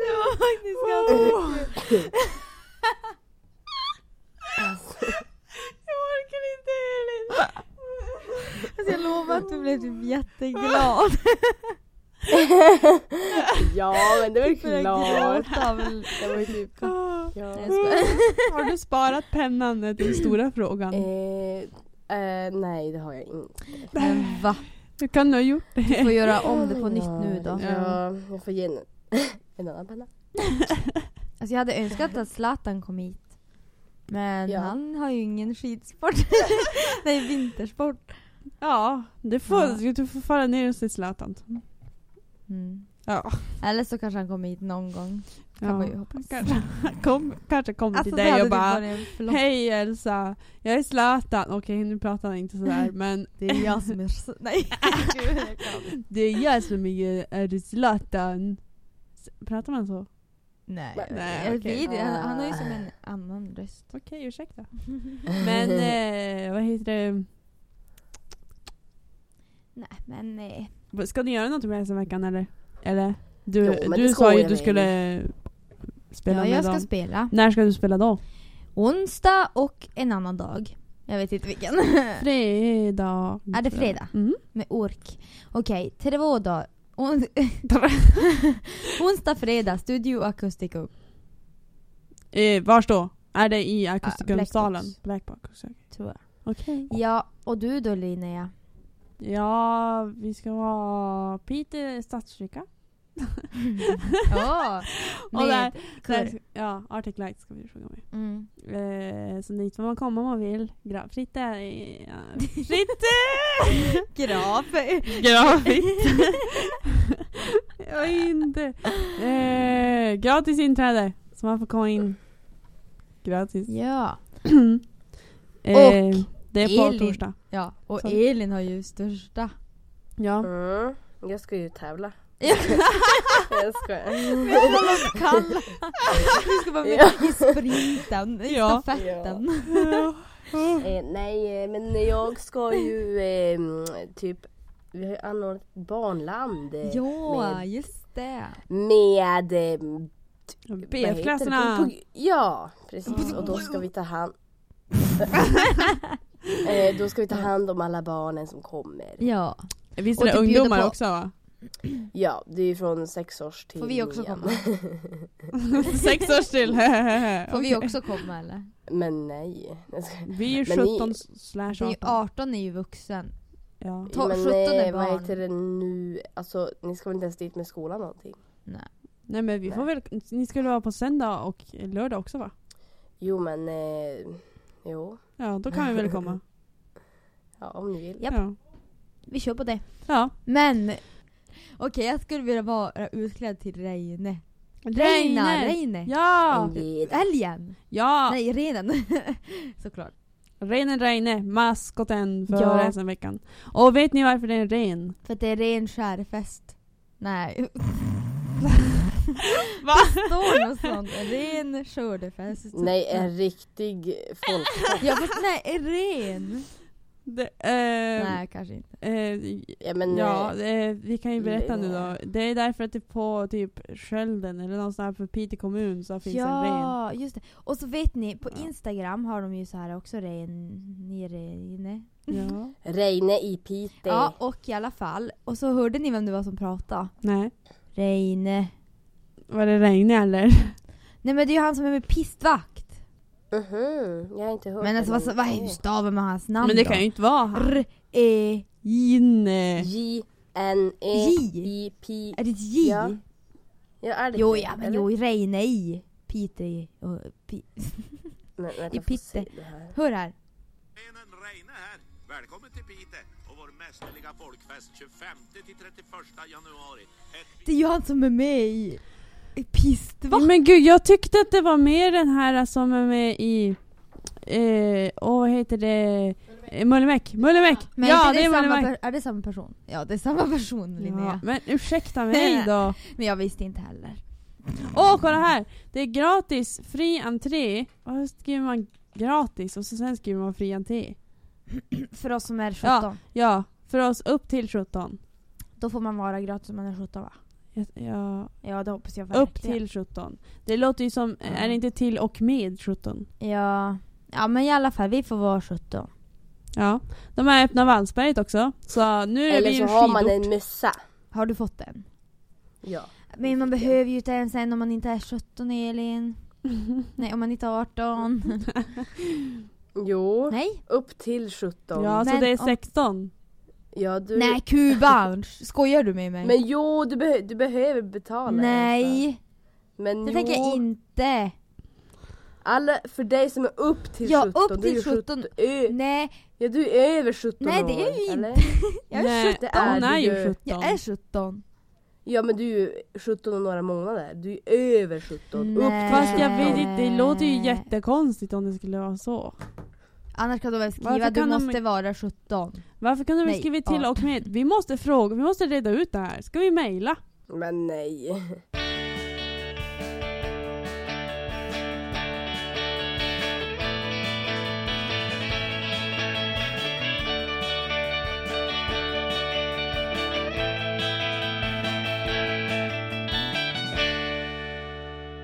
[SPEAKER 1] Det var faktiskt ganska
[SPEAKER 2] Jag orkar inte Elin.
[SPEAKER 1] alltså, Jag lovar att du blev typ jätteglad.
[SPEAKER 3] Ja men det var ju klart!
[SPEAKER 1] gråta väl.
[SPEAKER 3] Det var ju typ, ja.
[SPEAKER 1] Nej, jag skojar.
[SPEAKER 2] Har du sparat pennan är den stora frågan.
[SPEAKER 3] Eh, eh, nej det har jag inte.
[SPEAKER 1] Men va?
[SPEAKER 2] Hur kan du ha gjort
[SPEAKER 1] Får
[SPEAKER 2] det?
[SPEAKER 1] göra om det på nytt nu då.
[SPEAKER 3] Ja, jag får ge en, en annan penna.
[SPEAKER 1] Alltså jag hade önskat att Zlatan kom hit. Men
[SPEAKER 3] Ja.
[SPEAKER 1] han har ju ingen skidsport. Nej, vintersport.
[SPEAKER 2] Ja, det får, du får fara ner och se Zlatan.
[SPEAKER 1] Mm.
[SPEAKER 2] Ja.
[SPEAKER 1] Eller så kanske han kommer hit någon gång. Kan man ju hoppas.
[SPEAKER 2] Kanske kom, kanske kom till
[SPEAKER 1] det hade
[SPEAKER 2] dig och
[SPEAKER 1] typ
[SPEAKER 2] bara
[SPEAKER 1] varit en förlopp.
[SPEAKER 2] Hej Elsa, jag är Zlatan. Okej nu pratar han inte sådär men
[SPEAKER 1] Det är jag som är... s- Nej. Gud, jag kan.
[SPEAKER 2] det är jag som är, är Zlatan. S- Pratar man så?
[SPEAKER 1] Nej.
[SPEAKER 2] Nej,
[SPEAKER 1] Eh, jag
[SPEAKER 2] okej.
[SPEAKER 1] vet, Eh, han, han har ju som en annan röst.
[SPEAKER 2] Okej ursäkta. Men eh, vad heter det?
[SPEAKER 1] Nej men eh, nej.
[SPEAKER 2] Ska ni göra något med den här veckan eller? Eller? Du,
[SPEAKER 3] Jo, men
[SPEAKER 2] du
[SPEAKER 3] det
[SPEAKER 2] sa ju
[SPEAKER 3] skojar
[SPEAKER 2] att du
[SPEAKER 3] vi.
[SPEAKER 2] skulle spela
[SPEAKER 1] Ja,
[SPEAKER 2] med
[SPEAKER 1] jag ska
[SPEAKER 2] dem.
[SPEAKER 1] spela.
[SPEAKER 2] När ska du spela då?
[SPEAKER 1] Onsdag och en annan dag. Jag vet inte vilken.
[SPEAKER 2] Fredag.
[SPEAKER 1] Är det fredag?
[SPEAKER 2] Mm.
[SPEAKER 1] Med ork. Okej, två dagar. On- Onsdag, fredag, Studio Acoustico.
[SPEAKER 2] Eh, vars då? Är det i akustikumsalen?
[SPEAKER 1] Ah, Blackbox.
[SPEAKER 2] Blackbox. okej.
[SPEAKER 1] Tror jag.
[SPEAKER 2] Okej.
[SPEAKER 1] Ja, och du då Linnea?
[SPEAKER 2] Ja, vi ska vara Piteå stadskyrka.
[SPEAKER 1] Ja!
[SPEAKER 2] Och
[SPEAKER 1] med
[SPEAKER 2] där, där,
[SPEAKER 1] kör.
[SPEAKER 2] ja, Arctic Light ska vi sjunga med.
[SPEAKER 1] Mm.
[SPEAKER 2] Eh, så dit får man komma om man vill. Gra- fritt är... Ja, fritt!
[SPEAKER 1] Grav.
[SPEAKER 2] Grafitt! Jag är inte... Eh, gratis inträde. Så man får komma in. Gratis.
[SPEAKER 1] Ja.
[SPEAKER 2] Eh, det är på
[SPEAKER 1] Elin.
[SPEAKER 2] torsdag.
[SPEAKER 1] ja. Och
[SPEAKER 2] Så.
[SPEAKER 1] Elin har ju största.
[SPEAKER 2] Ja.
[SPEAKER 3] Mm. Jag ska ju tävla.
[SPEAKER 1] Ja.
[SPEAKER 3] Jag skojar.
[SPEAKER 1] Kalla. Du ska vara med
[SPEAKER 3] Ja.
[SPEAKER 1] i sprinten, i
[SPEAKER 2] Ja.
[SPEAKER 1] stafetten.
[SPEAKER 3] Eh, nej, eh, men jag ska ju eh, mm, typ, vi har ju anordnat ett barnland eh,
[SPEAKER 1] Ja,
[SPEAKER 3] med,
[SPEAKER 1] just det.
[SPEAKER 3] med eh, vad heter det?
[SPEAKER 2] BF-klasserna.
[SPEAKER 3] På- på- Ja, precis. Och då ska vi ta hand eh, Då ska vi ta hand om alla barnen som kommer.
[SPEAKER 1] Ja.
[SPEAKER 2] Visst
[SPEAKER 1] Och
[SPEAKER 2] är det
[SPEAKER 1] typ bjuda
[SPEAKER 2] ungdomar
[SPEAKER 1] på-
[SPEAKER 2] också va?
[SPEAKER 3] Ja, det är ju från sex års till
[SPEAKER 1] Får vi också
[SPEAKER 3] nian.
[SPEAKER 1] komma?
[SPEAKER 2] Sex års till.
[SPEAKER 1] Får vi också komma eller?
[SPEAKER 3] Men nej. Jag skojar.
[SPEAKER 2] Vi är ju
[SPEAKER 3] Men ni-
[SPEAKER 2] 17 slash
[SPEAKER 1] Det är ju
[SPEAKER 2] 18.
[SPEAKER 1] 18 är ju vuxen.
[SPEAKER 2] Ja.
[SPEAKER 1] Tolv-
[SPEAKER 3] Men
[SPEAKER 1] 17 är
[SPEAKER 3] eh, vad
[SPEAKER 1] barn.
[SPEAKER 3] heter det nu? Alltså ni ska väl inte ens dit med skolan någonting?
[SPEAKER 2] Nej men vi får väl, ni skulle vara på söndag och lördag också va?
[SPEAKER 3] Jo men, eh, jo.
[SPEAKER 2] Ja, då kan vi väl komma.
[SPEAKER 3] Ja om ni vill.
[SPEAKER 1] Japp.
[SPEAKER 2] Ja.
[SPEAKER 1] Vi kör på det.
[SPEAKER 2] ja.
[SPEAKER 1] Men okej, jag skulle vilja vara utklädd till Reine. Reina, Reine.
[SPEAKER 2] Ja!
[SPEAKER 3] Ge-
[SPEAKER 1] Älgen!
[SPEAKER 2] Ja!
[SPEAKER 1] Nej, renen. Såklart.
[SPEAKER 2] Reinen Reine, maskoten för
[SPEAKER 1] Ja.
[SPEAKER 2] resten av veckan. Och vet ni varför det är en ren?
[SPEAKER 1] För att det är ren skärfest. Nej.
[SPEAKER 2] Va?
[SPEAKER 1] Står något sånt. Ren skördefest.
[SPEAKER 3] Nej en riktig folk.
[SPEAKER 1] Ja fast nej, ren.
[SPEAKER 2] Det, eh,
[SPEAKER 1] Nej kanske inte.
[SPEAKER 2] Eh,
[SPEAKER 3] Ja men
[SPEAKER 2] ja,
[SPEAKER 3] eh,
[SPEAKER 2] eh, vi kan ju berätta nu
[SPEAKER 3] Lena.
[SPEAKER 2] då. Det är därför att det på typ Skölden eller någonstans för Piteå kommun så finns en ren.
[SPEAKER 1] Ja, just det. Och så vet ni, på
[SPEAKER 2] Ja.
[SPEAKER 1] Instagram har de ju så här också ren, ni rene.
[SPEAKER 2] Ja.
[SPEAKER 3] eh, Reine i Piteå.
[SPEAKER 1] Ja, och i alla fall. Och så hörde ni vem det var som pratade.
[SPEAKER 2] Nej.
[SPEAKER 1] Reine.
[SPEAKER 2] Var det Reine eller?
[SPEAKER 1] Nej men det är ju han som är med pistvakt.
[SPEAKER 3] Mhm, jag har inte hört
[SPEAKER 1] Men alltså
[SPEAKER 3] den.
[SPEAKER 1] vad, vad är staven med hans namn
[SPEAKER 2] Men det
[SPEAKER 1] då?
[SPEAKER 2] kan ju inte vara han.
[SPEAKER 1] R, E,
[SPEAKER 2] Reine.
[SPEAKER 3] J-N-E-I-P.
[SPEAKER 1] J. är det ett J?
[SPEAKER 3] Ja. E Ja, är det
[SPEAKER 1] Jo,
[SPEAKER 3] det,
[SPEAKER 1] ja men
[SPEAKER 3] eller?
[SPEAKER 1] jo, Reine i. Peter i. och Pi-
[SPEAKER 3] Men, vänta,
[SPEAKER 1] i
[SPEAKER 3] jag får se
[SPEAKER 1] Piteå.
[SPEAKER 3] det här.
[SPEAKER 1] Hör här.
[SPEAKER 4] Benen Reine här. Välkommen till Piteå och vår mästerliga folkfest 25 till 31 januari. Ett
[SPEAKER 1] Det är ju han som är med i i pistvakt.
[SPEAKER 2] Men gud, jag tyckte att det var mer den här som är med i... Eh, åh, vad heter det? Eh, Mullemäck. Mullemäck!
[SPEAKER 1] Men
[SPEAKER 2] ja,
[SPEAKER 1] är, det
[SPEAKER 2] det är
[SPEAKER 1] samma
[SPEAKER 2] Mullemäck.
[SPEAKER 1] per- är det samma person? Ja det är samma person
[SPEAKER 2] Ja,
[SPEAKER 1] Linnea.
[SPEAKER 2] men ursäkta mig då.
[SPEAKER 1] Men jag visste inte heller.
[SPEAKER 2] Åh, kolla här! Det är gratis, fri entré. Och så skriver man gratis och så sen skriver man fri entré.
[SPEAKER 1] För oss som är 17.
[SPEAKER 2] Ja. Ja, för oss upp till 17.
[SPEAKER 1] Då får man vara gratis om man är 17 va?
[SPEAKER 2] Ja,
[SPEAKER 1] Ja det hoppas jag verkligen.
[SPEAKER 2] upp till 17. Det låter ju som, eh, är det inte till och med 17?
[SPEAKER 1] Ja. Ja men i alla fall, vi får vara 17.
[SPEAKER 2] Ja. De har öppnat Valsberget också. Så nu är det
[SPEAKER 3] Eller
[SPEAKER 2] vi
[SPEAKER 3] så
[SPEAKER 2] en
[SPEAKER 3] har man
[SPEAKER 2] skidort.
[SPEAKER 3] en mössa.
[SPEAKER 1] Har du fått den?
[SPEAKER 3] Ja.
[SPEAKER 1] Men man behöver ju inte ens en om man inte är 17 Elin. Nej om man inte är 18.
[SPEAKER 3] Jo,
[SPEAKER 1] Nej.
[SPEAKER 3] upp till 17.
[SPEAKER 2] Ja, så
[SPEAKER 1] Men
[SPEAKER 2] det är
[SPEAKER 1] om-
[SPEAKER 2] 16.
[SPEAKER 3] Ja, du...
[SPEAKER 1] Nej kuban! Skojar du med mig?
[SPEAKER 3] Men jo, du, behö- du behöver betala. Elsa.
[SPEAKER 1] Nej,
[SPEAKER 3] Men
[SPEAKER 1] det
[SPEAKER 3] jo,
[SPEAKER 1] tänker jag inte.
[SPEAKER 3] alla, för dig som är upp till
[SPEAKER 1] Ja,
[SPEAKER 3] 17.
[SPEAKER 1] upp
[SPEAKER 3] du är
[SPEAKER 1] till
[SPEAKER 3] ju
[SPEAKER 1] 17.
[SPEAKER 3] Ö,
[SPEAKER 1] Nej,
[SPEAKER 3] ja, du är över 17
[SPEAKER 1] Nej, det är ju
[SPEAKER 3] år,
[SPEAKER 1] inte.
[SPEAKER 3] eller?
[SPEAKER 1] jag är,
[SPEAKER 2] Nej,
[SPEAKER 1] sjutton.
[SPEAKER 3] det är
[SPEAKER 2] hon är
[SPEAKER 3] du
[SPEAKER 2] ju
[SPEAKER 3] ju.
[SPEAKER 2] 17.
[SPEAKER 1] jag är 17.
[SPEAKER 3] Ja men du är ju 17 och några månader. Du är ju över 17.
[SPEAKER 2] Mm.
[SPEAKER 1] Nej.
[SPEAKER 3] Upp
[SPEAKER 2] Fast jag vet
[SPEAKER 1] Nej.
[SPEAKER 2] inte, det låter ju jättekonstigt om det skulle vara så.
[SPEAKER 1] Annars kan du väl skriva
[SPEAKER 2] Varför
[SPEAKER 1] du
[SPEAKER 2] kan de-
[SPEAKER 1] måste vara 17.
[SPEAKER 2] Varför kan du väl
[SPEAKER 1] Nej,
[SPEAKER 2] skriva till
[SPEAKER 1] ja.
[SPEAKER 2] och med? Vi måste fråga, vi måste reda ut det här. Ska vi mejla?
[SPEAKER 3] till. Men nej.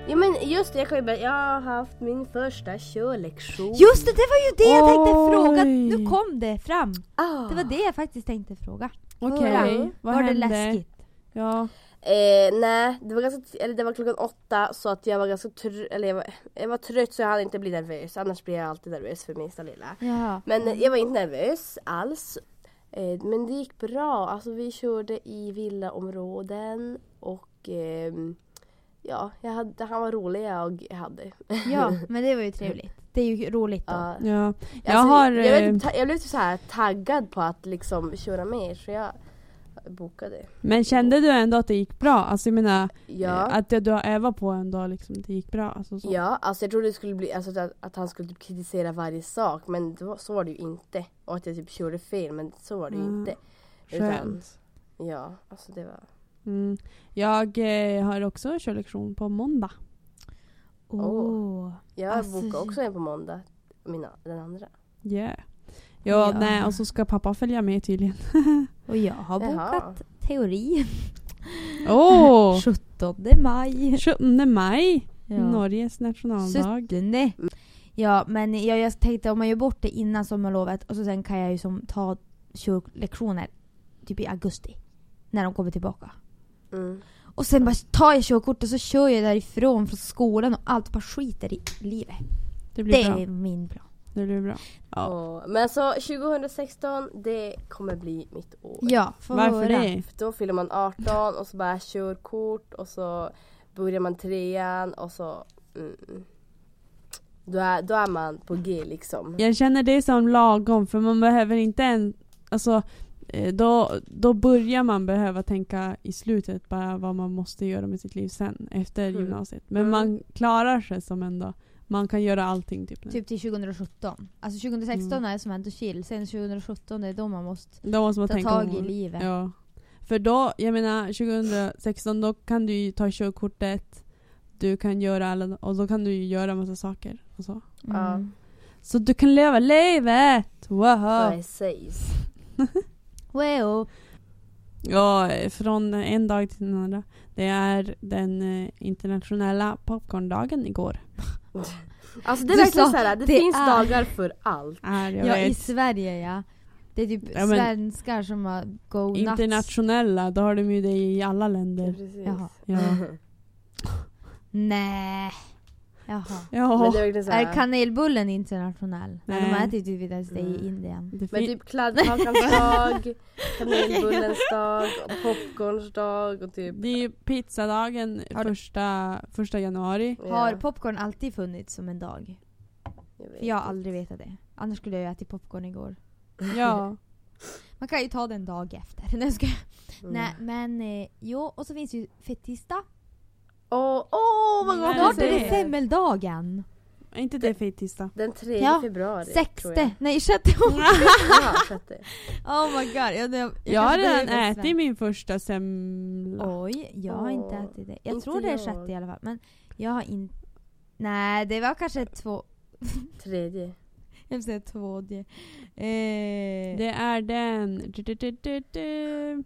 [SPEAKER 3] Ja men just det, jag kan ju berätta. Jag har haft min första körlektion.
[SPEAKER 1] Just det, det var ju det jag tänkte
[SPEAKER 2] Oj.
[SPEAKER 1] fråga! Nu kom det fram!
[SPEAKER 3] Ah.
[SPEAKER 1] Det var det jag faktiskt tänkte fråga.
[SPEAKER 2] Okej,
[SPEAKER 1] Hurra.
[SPEAKER 2] vad
[SPEAKER 1] var
[SPEAKER 2] hände?
[SPEAKER 1] det läskigt?
[SPEAKER 2] Ja.
[SPEAKER 3] Eh, nej, det var, ganska, eller det var klockan åtta så att jag var ganska trött, eller jag var, jag var trött så jag hade inte blivit nervös. Annars blir jag alltid nervös för minsta lilla.
[SPEAKER 1] Ja.
[SPEAKER 3] Men eh, jag var inte nervös alls. Eh, men det gick bra. Alltså vi körde i villaområden och ehm, ja, jag hade, han var rolig jag hade.
[SPEAKER 1] ja, men det var ju trevligt. Ah. Det är ju roligt då.
[SPEAKER 3] Ja.
[SPEAKER 2] ja. Jag
[SPEAKER 3] Alltså,
[SPEAKER 2] har...
[SPEAKER 3] jag, vet,
[SPEAKER 2] eh,
[SPEAKER 3] inte, ta- jag blev typ så här taggad på att liksom köra mer så jag
[SPEAKER 1] Eh,
[SPEAKER 3] bokade.
[SPEAKER 2] Men kände du ändå att det gick bra? Alltså jag menar,
[SPEAKER 3] Ja.
[SPEAKER 2] eh, att det du har övat på ändå liksom, det gick bra? Alltså, så.
[SPEAKER 3] Ja, alltså jag trodde det skulle bli alltså, att, att han skulle typ kritisera varje sak men det var, så var det ju inte. Och att jag typ körde fel men så var det ju
[SPEAKER 2] Mm.
[SPEAKER 3] inte. Utan,
[SPEAKER 2] Skönt.
[SPEAKER 3] ja, alltså det var...
[SPEAKER 2] Mm. Jag eh, har också körlektion på måndag.
[SPEAKER 1] Åh.
[SPEAKER 3] Jag
[SPEAKER 1] Alltså,
[SPEAKER 3] bokade också en på måndag. Mina, den andra.
[SPEAKER 2] Yeah. Ja,
[SPEAKER 1] Ja.
[SPEAKER 2] nej, och så ska pappa följa med tydligen.
[SPEAKER 1] Och jag har
[SPEAKER 3] Jaha.
[SPEAKER 1] bokat teori
[SPEAKER 2] Åh!
[SPEAKER 1] 17 maj.
[SPEAKER 2] 27 maj,
[SPEAKER 1] Ja.
[SPEAKER 2] Norges nationaldag.
[SPEAKER 1] 17. Ja, men jag, jag tänkte om man gör bort det innan sommarlovet och så sen kan jag ju som ta körlektioner typ i augusti. När de kommer tillbaka.
[SPEAKER 3] Mm.
[SPEAKER 1] Och sen bara tar jag körkortet och så kör jag därifrån från skolan och allt bara skiter i livet.
[SPEAKER 2] Det blir
[SPEAKER 1] Det
[SPEAKER 2] bra.
[SPEAKER 1] är min plan.
[SPEAKER 2] Det blir bra. Ja.
[SPEAKER 3] Och, men så 2016, det kommer bli mitt år.
[SPEAKER 1] Ja, får
[SPEAKER 2] Varför
[SPEAKER 1] höra.
[SPEAKER 2] det?
[SPEAKER 3] För då fyller man 18 och så bara körkort och så börjar man trean och så... Mm. Då, är, då är man på G liksom.
[SPEAKER 2] Jag känner det som lagom för man behöver inte en... Alltså, eh, då, då börjar man behöva tänka i slutet bara vad man måste göra med sitt liv sen efter
[SPEAKER 3] Mm.
[SPEAKER 2] gymnasiet. Men man klarar sig som ändå. Man kan göra allting typ. nu.
[SPEAKER 1] Typ till 2017. Alltså 2016
[SPEAKER 2] Mm.
[SPEAKER 1] är som ändå chill. Sen 2017 är då man måste
[SPEAKER 2] Då måste man
[SPEAKER 1] ta
[SPEAKER 2] tänka
[SPEAKER 1] tag
[SPEAKER 2] om.
[SPEAKER 1] i livet.
[SPEAKER 2] Ja. För då, jag menar 2016 då kan du ju ta körkortet. Du kan göra alla, och då kan du ju göra massa saker och så.
[SPEAKER 3] Ja.
[SPEAKER 1] Mm.
[SPEAKER 2] Så du kan leva livet! Wow!
[SPEAKER 3] Precis.
[SPEAKER 1] Wow.
[SPEAKER 2] Ja, eh, från en dag till den andra. Det är den eh, internationella popcorndagen igår.
[SPEAKER 3] Alltså det är
[SPEAKER 1] Du
[SPEAKER 3] verkligen
[SPEAKER 1] sa,
[SPEAKER 3] såhär, det,
[SPEAKER 1] "Det
[SPEAKER 3] finns
[SPEAKER 1] är-"
[SPEAKER 3] dagar för allt.
[SPEAKER 2] Är, jag
[SPEAKER 1] Ja, i
[SPEAKER 2] vet.
[SPEAKER 1] Sverige ja. Det är typ
[SPEAKER 2] Ja, men-
[SPEAKER 1] svenskar som har go nuts.
[SPEAKER 2] Internationella, då har de ju det i alla länder.
[SPEAKER 3] Precis.
[SPEAKER 1] Jaha.
[SPEAKER 2] Ja.
[SPEAKER 1] Nej. Jaha.
[SPEAKER 3] Men
[SPEAKER 2] ja.
[SPEAKER 3] det är verkligen såhär,
[SPEAKER 1] Är kanelbullen internationell? Nej. De
[SPEAKER 2] Nej.
[SPEAKER 1] äter ju typ inte ens det i Indien.
[SPEAKER 2] Det
[SPEAKER 3] men
[SPEAKER 2] fin-
[SPEAKER 3] typ kladdkakans dag, kanelbullens dag, och popcorns dag och typ...
[SPEAKER 2] det är ju pizzadagen första, första januari.
[SPEAKER 3] ja,
[SPEAKER 1] Har popcorn alltid funnits som en dag?
[SPEAKER 3] jag vet
[SPEAKER 1] För jag har
[SPEAKER 3] inte.
[SPEAKER 1] aldrig vetat det. Annars skulle jag ju ätit popcorn igår.
[SPEAKER 2] Ja.
[SPEAKER 1] Man kan ju ta det en dag efter. Nej, jag skojar.
[SPEAKER 3] Mm.
[SPEAKER 1] Nej men eh, jo, och så finns ju fetista.
[SPEAKER 3] Åh, åh vad gott
[SPEAKER 2] Nej,
[SPEAKER 1] Snart
[SPEAKER 3] det
[SPEAKER 1] är
[SPEAKER 2] det-
[SPEAKER 1] det
[SPEAKER 3] är.
[SPEAKER 1] semmeldagen.
[SPEAKER 2] Är inte det fettisdag?
[SPEAKER 3] Den 3
[SPEAKER 1] Ja,
[SPEAKER 3] februari tror jag.
[SPEAKER 1] Sexte, nej sjätte
[SPEAKER 3] Ja, sjätte.
[SPEAKER 1] Oh my god. Jag, jag, jag,
[SPEAKER 2] Jag har
[SPEAKER 1] kanske
[SPEAKER 2] redan
[SPEAKER 1] behöver
[SPEAKER 2] ätit min första semla.
[SPEAKER 1] Oj, jag har inte
[SPEAKER 3] Åh,
[SPEAKER 1] ätit det. Jag
[SPEAKER 3] inte
[SPEAKER 1] tror det är
[SPEAKER 3] jag.
[SPEAKER 1] sjätte i alla fall. Men jag har inte... Nej, det var kanske två...
[SPEAKER 3] Tredje.
[SPEAKER 1] Jag vill säga två det. Eh,
[SPEAKER 2] Det är den... Du, du, du, du, du.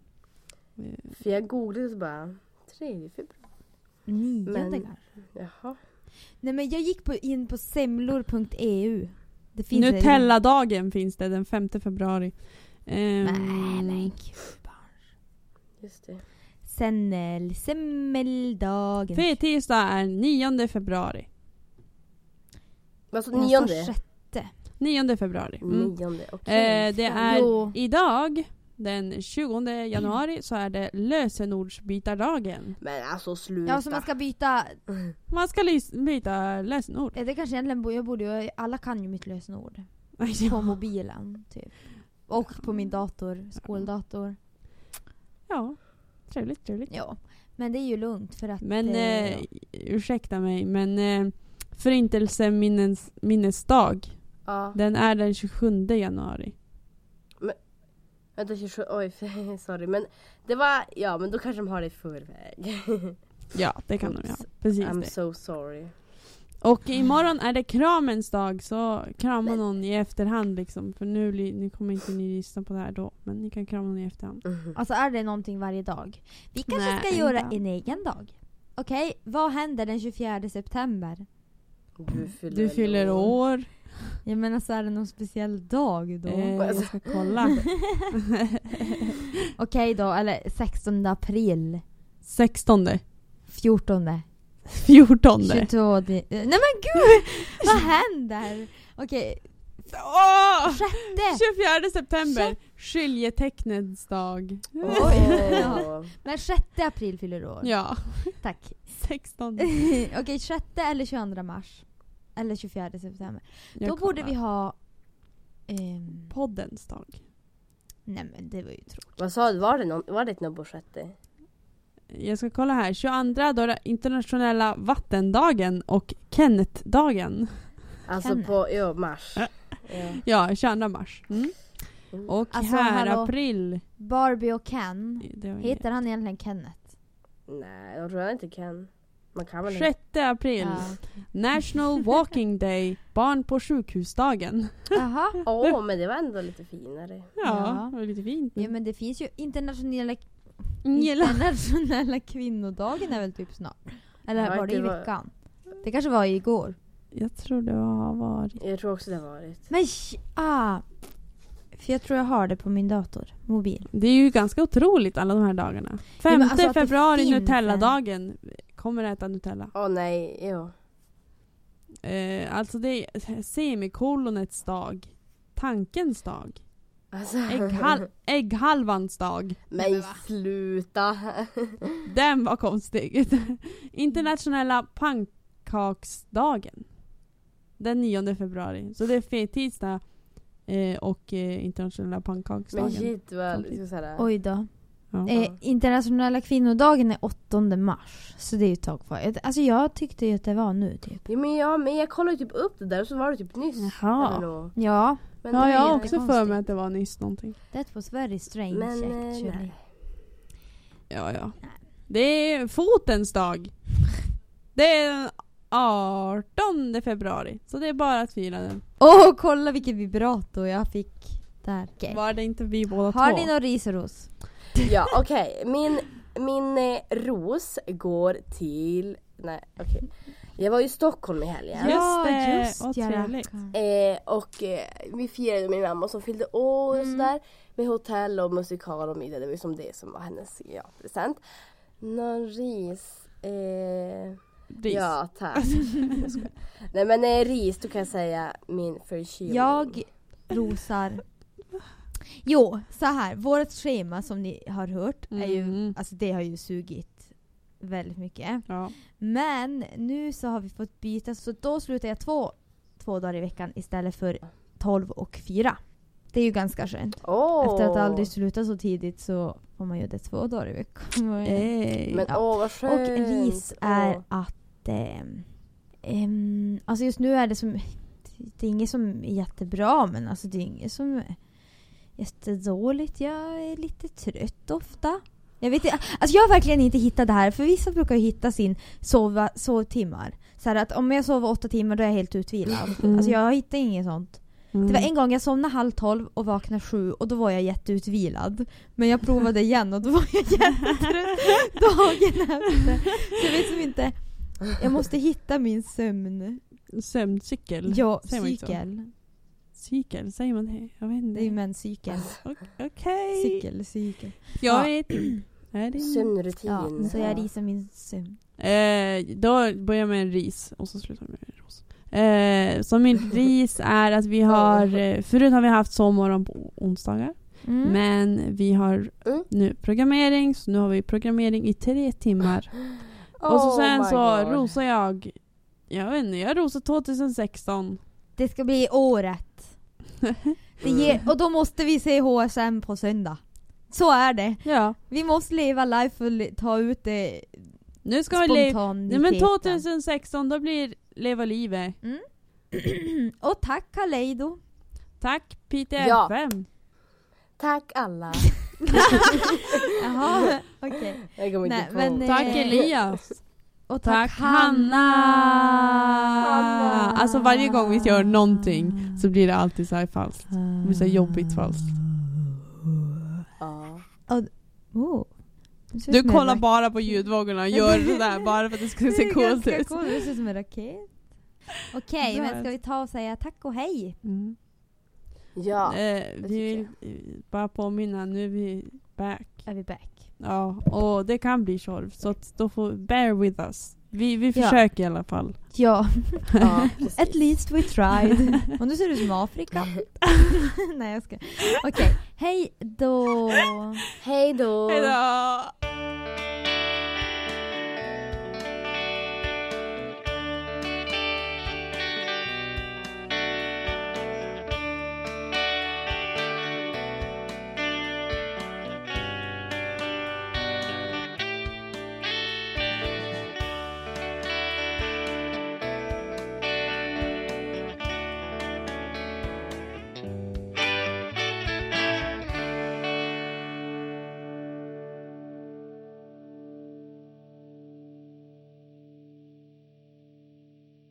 [SPEAKER 3] För jag googlade så bara, 3 februari?
[SPEAKER 1] Nionde
[SPEAKER 3] men-
[SPEAKER 1] kanske.
[SPEAKER 3] Jaha.
[SPEAKER 1] Nej men jag gick på, in på semlor.eu. Det finns
[SPEAKER 2] Nutelladagen finns det den 5 februari. Ehm,
[SPEAKER 1] Det. Nej men gud. barn.
[SPEAKER 3] Just det. Alltså,
[SPEAKER 1] Sen eh, semmeldagen.
[SPEAKER 2] Fettisdag är 9 februari.
[SPEAKER 3] Alltså
[SPEAKER 1] Jag sa
[SPEAKER 3] nionde.
[SPEAKER 1] sjätte.
[SPEAKER 2] 9 februari. Mm.
[SPEAKER 3] Nionde, okej.
[SPEAKER 2] Eh, det är
[SPEAKER 1] Jo.
[SPEAKER 2] idag, den 20
[SPEAKER 1] Mm.
[SPEAKER 2] januari, så är det lösenordsbytardagen.
[SPEAKER 3] Men alltså sluta.
[SPEAKER 1] Ja så man ska byta.
[SPEAKER 2] Man ska lys- byta lösenord.
[SPEAKER 1] Ja, Det kanske egentligen bo- jag borde ju... Alla kan ju mitt lösenord. På
[SPEAKER 2] Ja.
[SPEAKER 1] mobilen typ. Och på min dator. Skoldator.
[SPEAKER 2] ja. trevligt, trevligt.
[SPEAKER 1] Ja. Men det är ju lugnt för att...
[SPEAKER 2] Men
[SPEAKER 1] eh,
[SPEAKER 2] eh, ursäkta mig, men eh, förintelseminnes- minnesdag,
[SPEAKER 3] Ja.
[SPEAKER 2] den är den 27 januari.
[SPEAKER 3] Vänta 27, oj sorry men det var, ja men då kanske de har det i förväg.
[SPEAKER 2] Ja, det kan de
[SPEAKER 3] Oops. Ehm,
[SPEAKER 2] ha. Precis
[SPEAKER 3] I'm
[SPEAKER 2] det.
[SPEAKER 3] so sorry.
[SPEAKER 2] Och imorgon är det kramens dag, så krama någon i efterhand liksom. För nu, li- nu kommer inte ni lyssna på det här då, men ni kan krama någon i efterhand.
[SPEAKER 1] Alltså är det någonting varje dag? Vi kanske
[SPEAKER 2] Nej,
[SPEAKER 1] ska
[SPEAKER 2] en
[SPEAKER 1] göra
[SPEAKER 2] dag.
[SPEAKER 1] en egen dag? Okej, vad händer den 24 september?
[SPEAKER 3] Du fyller,
[SPEAKER 2] Du
[SPEAKER 3] väl
[SPEAKER 2] fyller år.
[SPEAKER 1] Jag menar så alltså, är det någon speciell dag då?
[SPEAKER 2] Eh, jag ska kolla.
[SPEAKER 1] Okej då, eller 16 april,
[SPEAKER 2] 16,
[SPEAKER 1] 14,
[SPEAKER 2] 14.
[SPEAKER 1] 22... di- eh, Nej men gud! vad händer? Okej, Ah.
[SPEAKER 2] Åh!
[SPEAKER 1] sjätte!
[SPEAKER 2] 24 september, skiljetecknets dag.
[SPEAKER 1] Oj.
[SPEAKER 3] Åh.
[SPEAKER 1] Men sjätte april fyller du år.
[SPEAKER 2] Ja,
[SPEAKER 1] Tack.
[SPEAKER 2] 16.
[SPEAKER 1] Okej, sjätte eller 22 mars? Eller 24 september.
[SPEAKER 2] Jag
[SPEAKER 1] då borde vi
[SPEAKER 2] kollar.
[SPEAKER 1] ha... ehm,
[SPEAKER 2] Poddens dag.
[SPEAKER 1] nej men det var ju tråkigt.
[SPEAKER 3] Vad sa du, var det, någon, var det ett nummer sjätte?
[SPEAKER 2] Jag ska kolla här. 22 då är det internationella vattendagen och Kennetdagen.
[SPEAKER 3] Alltså
[SPEAKER 1] Kenneth.
[SPEAKER 3] på, ja mars.
[SPEAKER 2] Ja.
[SPEAKER 3] Ja.
[SPEAKER 2] Ja, 22 mars. Mm.
[SPEAKER 3] Mm.
[SPEAKER 2] Och
[SPEAKER 1] Alltså,
[SPEAKER 2] här
[SPEAKER 1] hallå.
[SPEAKER 2] april.
[SPEAKER 1] Barbie och Ken.
[SPEAKER 2] Det var inget.
[SPEAKER 1] Heter han egentligen Kenneth?
[SPEAKER 3] Nej, de tror jag inte kan. Man kan väl
[SPEAKER 2] 6 april. National Walking Day. Barn på sjukhusdagen.
[SPEAKER 1] Jaha.
[SPEAKER 3] Åh, men det var ändå lite finare.
[SPEAKER 2] Ja,
[SPEAKER 1] Ja.
[SPEAKER 2] det var lite fint.
[SPEAKER 1] Ja men det finns ju internationella,
[SPEAKER 2] Gilla.
[SPEAKER 1] internationella kvinnodagen är väl typ snart? Eller
[SPEAKER 3] Ja,
[SPEAKER 1] var det
[SPEAKER 3] det
[SPEAKER 1] i
[SPEAKER 3] var-
[SPEAKER 1] veckan? Det kanske var igår.
[SPEAKER 2] Jag tror det har varit...
[SPEAKER 3] Jag tror också det har varit.
[SPEAKER 1] Men sh- ah! För jag tror jag har det på min dator, mobil.
[SPEAKER 2] Det är ju ganska otroligt alla de här dagarna. 5
[SPEAKER 1] men alltså att det
[SPEAKER 2] februari,
[SPEAKER 1] finns en-
[SPEAKER 2] Nutella-dagen. Kommer äta Nutella.
[SPEAKER 3] Åh nej, ja.
[SPEAKER 2] Eh, alltså det är semikolonets dag. Tankens dag.
[SPEAKER 3] Alltså.
[SPEAKER 2] Ägghal- ägghalvans dag.
[SPEAKER 3] Men sluta.
[SPEAKER 2] Den var konstig. Internationella pannkaksdagen. Den 9 februari. Så det är fettisdag eh, och eh, internationella
[SPEAKER 3] Men
[SPEAKER 2] pannkaksdagen.
[SPEAKER 3] shit vad liksom såhär.
[SPEAKER 1] Oj då.
[SPEAKER 2] Ja.
[SPEAKER 1] Eh, internationella kvinnodagen är 8 mars. Så det är ju ett tag kvar. Jag- Alltså jag tyckte ju att det var nu typ.
[SPEAKER 3] Ja, men jag men jag kollade typ upp det där och så var det typ nyss.
[SPEAKER 2] Jaha.
[SPEAKER 3] Eller nå.
[SPEAKER 1] Ja,
[SPEAKER 3] Men
[SPEAKER 2] Ja,
[SPEAKER 3] det
[SPEAKER 2] jag
[SPEAKER 3] är
[SPEAKER 2] har
[SPEAKER 3] jätte-
[SPEAKER 2] också för mig att det var nyss någonting.
[SPEAKER 1] that was very strange
[SPEAKER 3] Men, eh,
[SPEAKER 1] actually.
[SPEAKER 3] nej.
[SPEAKER 2] Ja, ja. Det är fotens dag. Det är den 18 februari. Så det är bara att fira den.
[SPEAKER 1] Åh kolla vilken vibrato jag fick där. Okej.
[SPEAKER 2] Var det inte vi båda två?
[SPEAKER 1] Har ni någon risros?
[SPEAKER 3] Ja okej, min, min eh, ros går till... Nej okej. Jag var ju i Stockholm i helgen.
[SPEAKER 2] Just det, vad
[SPEAKER 1] ja,
[SPEAKER 2] trevligt.
[SPEAKER 1] rackarn.
[SPEAKER 3] Eh, och eh, vi firade min mamma som fyllde år
[SPEAKER 1] Mm.
[SPEAKER 3] och sådär. Med hotell och musikal och middag. Det var ju som det som var hennes ja, present. Någon ris... Eh,
[SPEAKER 2] Ris.
[SPEAKER 3] Ja tack. Jag skojar. Nej men eh, ris, då kan jag säga min förkylning.
[SPEAKER 1] Jag rosar... Jo, så här. Vårt schema som ni har hört, är ju,
[SPEAKER 2] Mm.
[SPEAKER 1] alltså det har ju sugit väldigt mycket.
[SPEAKER 2] Ja.
[SPEAKER 1] Men nu så har vi fått byta, så då slutar jag två, två dagar i veckan istället för 12 och 4. Det är ju ganska skönt.
[SPEAKER 3] Åh!
[SPEAKER 1] Efter att aldrig sluta så tidigt så får man ju det två dagar i veckan.
[SPEAKER 2] Ey.
[SPEAKER 3] Men
[SPEAKER 1] Ja.
[SPEAKER 3] åh vad skönt.
[SPEAKER 1] Och ris
[SPEAKER 3] Åh.
[SPEAKER 1] är att... ehm, ehm, alltså just nu är det som... Det är inget som är jättebra men alltså det är inget som är jättedåligt. Jag är lite trött ofta. Jag vet inte, alltså jag har verkligen inte hittat det här för vissa brukar ju hitta sin sova, sovtimmar. Så här att om jag sover åtta timmar då är jag helt utvilad.
[SPEAKER 2] Mm.
[SPEAKER 1] Alltså jag hittar inget sånt.
[SPEAKER 2] Mm.
[SPEAKER 1] Det var en gång jag somnade halv tolv och vaknade sju och då var jag jätteutvilad. Men jag provade igen och då var jag jättetrött dagen efter. Så jag vet som inte. Jag måste hitta min sömn.
[SPEAKER 2] Mm. Sömncykel.
[SPEAKER 1] Ja,
[SPEAKER 2] Säger man inte så?
[SPEAKER 1] cykel.
[SPEAKER 2] Cykel, säger man det? Jag
[SPEAKER 1] Det är
[SPEAKER 2] vet
[SPEAKER 1] ju
[SPEAKER 3] Mm.
[SPEAKER 2] inte.
[SPEAKER 1] menscykel.
[SPEAKER 2] O- Okej.
[SPEAKER 1] Cykel, cykel.
[SPEAKER 2] Jag
[SPEAKER 1] Ja.
[SPEAKER 2] är till. Är det ingen-
[SPEAKER 3] Sömnrutin.
[SPEAKER 1] Ja, så jag risar min sömn.
[SPEAKER 2] Eh, då börjar jag med en ris och så slutar jag med en ros. Eh, så min ris är att vi har, eh, förut har vi haft sovmorgon på onsdagar.
[SPEAKER 1] Mm.
[SPEAKER 2] Men vi har
[SPEAKER 3] Mm.
[SPEAKER 2] nu programmering, så nu har vi programmering i tre timmar. och så
[SPEAKER 3] Oh
[SPEAKER 2] sen
[SPEAKER 3] my
[SPEAKER 2] så
[SPEAKER 3] God.
[SPEAKER 2] rosar jag, jag vet inte, jag rosar 2016.
[SPEAKER 1] Det ska
[SPEAKER 2] Mm.
[SPEAKER 1] bli året. Det ger, och då måste vi se HSM på söndag. Så är det.
[SPEAKER 2] Ja.
[SPEAKER 1] Vi måste leva life och le- ta ut det
[SPEAKER 2] Nu ska vi leva... Nej
[SPEAKER 1] spontaniteten.
[SPEAKER 2] men 2016, då blir Leva livet.
[SPEAKER 1] och tack Kaleido.
[SPEAKER 2] Tack Piteå
[SPEAKER 3] Ja.
[SPEAKER 2] FM.
[SPEAKER 3] Tack alla.
[SPEAKER 1] Jaha, okej.
[SPEAKER 3] Jag kommer
[SPEAKER 1] Nej,
[SPEAKER 3] inte på.
[SPEAKER 1] men, eh,
[SPEAKER 2] Tack Elias.
[SPEAKER 1] Och
[SPEAKER 2] Tack
[SPEAKER 1] tack,
[SPEAKER 2] Hanna!
[SPEAKER 1] Hanna!
[SPEAKER 2] Alltså varje gång vi gör någonting så blir det alltid så här falskt. Det blir så här
[SPEAKER 1] Mm.
[SPEAKER 2] jobbigt falskt.
[SPEAKER 3] Ja.
[SPEAKER 1] Oh. Det ser ut
[SPEAKER 2] Du
[SPEAKER 1] som en
[SPEAKER 2] kollar
[SPEAKER 1] rak-
[SPEAKER 2] bara på ljudvågorna och gör sådär bara för att det ska se coolt
[SPEAKER 1] ganska
[SPEAKER 2] ut.
[SPEAKER 1] coolt. Det ser ut som en raket. Okej,
[SPEAKER 2] Bra.
[SPEAKER 1] men ska vi ta och säga tack och hej?
[SPEAKER 2] Mm.
[SPEAKER 3] ja.
[SPEAKER 2] Eh,
[SPEAKER 3] det
[SPEAKER 2] vi vill
[SPEAKER 3] tycker
[SPEAKER 2] eh, bara påminna, nu är vi back.
[SPEAKER 1] Är vi back?
[SPEAKER 2] Ja, och det kan bli tjorv så att då får bear with us. Vi, vi
[SPEAKER 1] Ja.
[SPEAKER 2] försöker i alla fall.
[SPEAKER 1] Ja,
[SPEAKER 3] ja precis.
[SPEAKER 1] at least we tried. och nu ser du som Afrika. Nej jag ska. Okej, hej då.
[SPEAKER 3] Hej då.
[SPEAKER 2] Hejdå!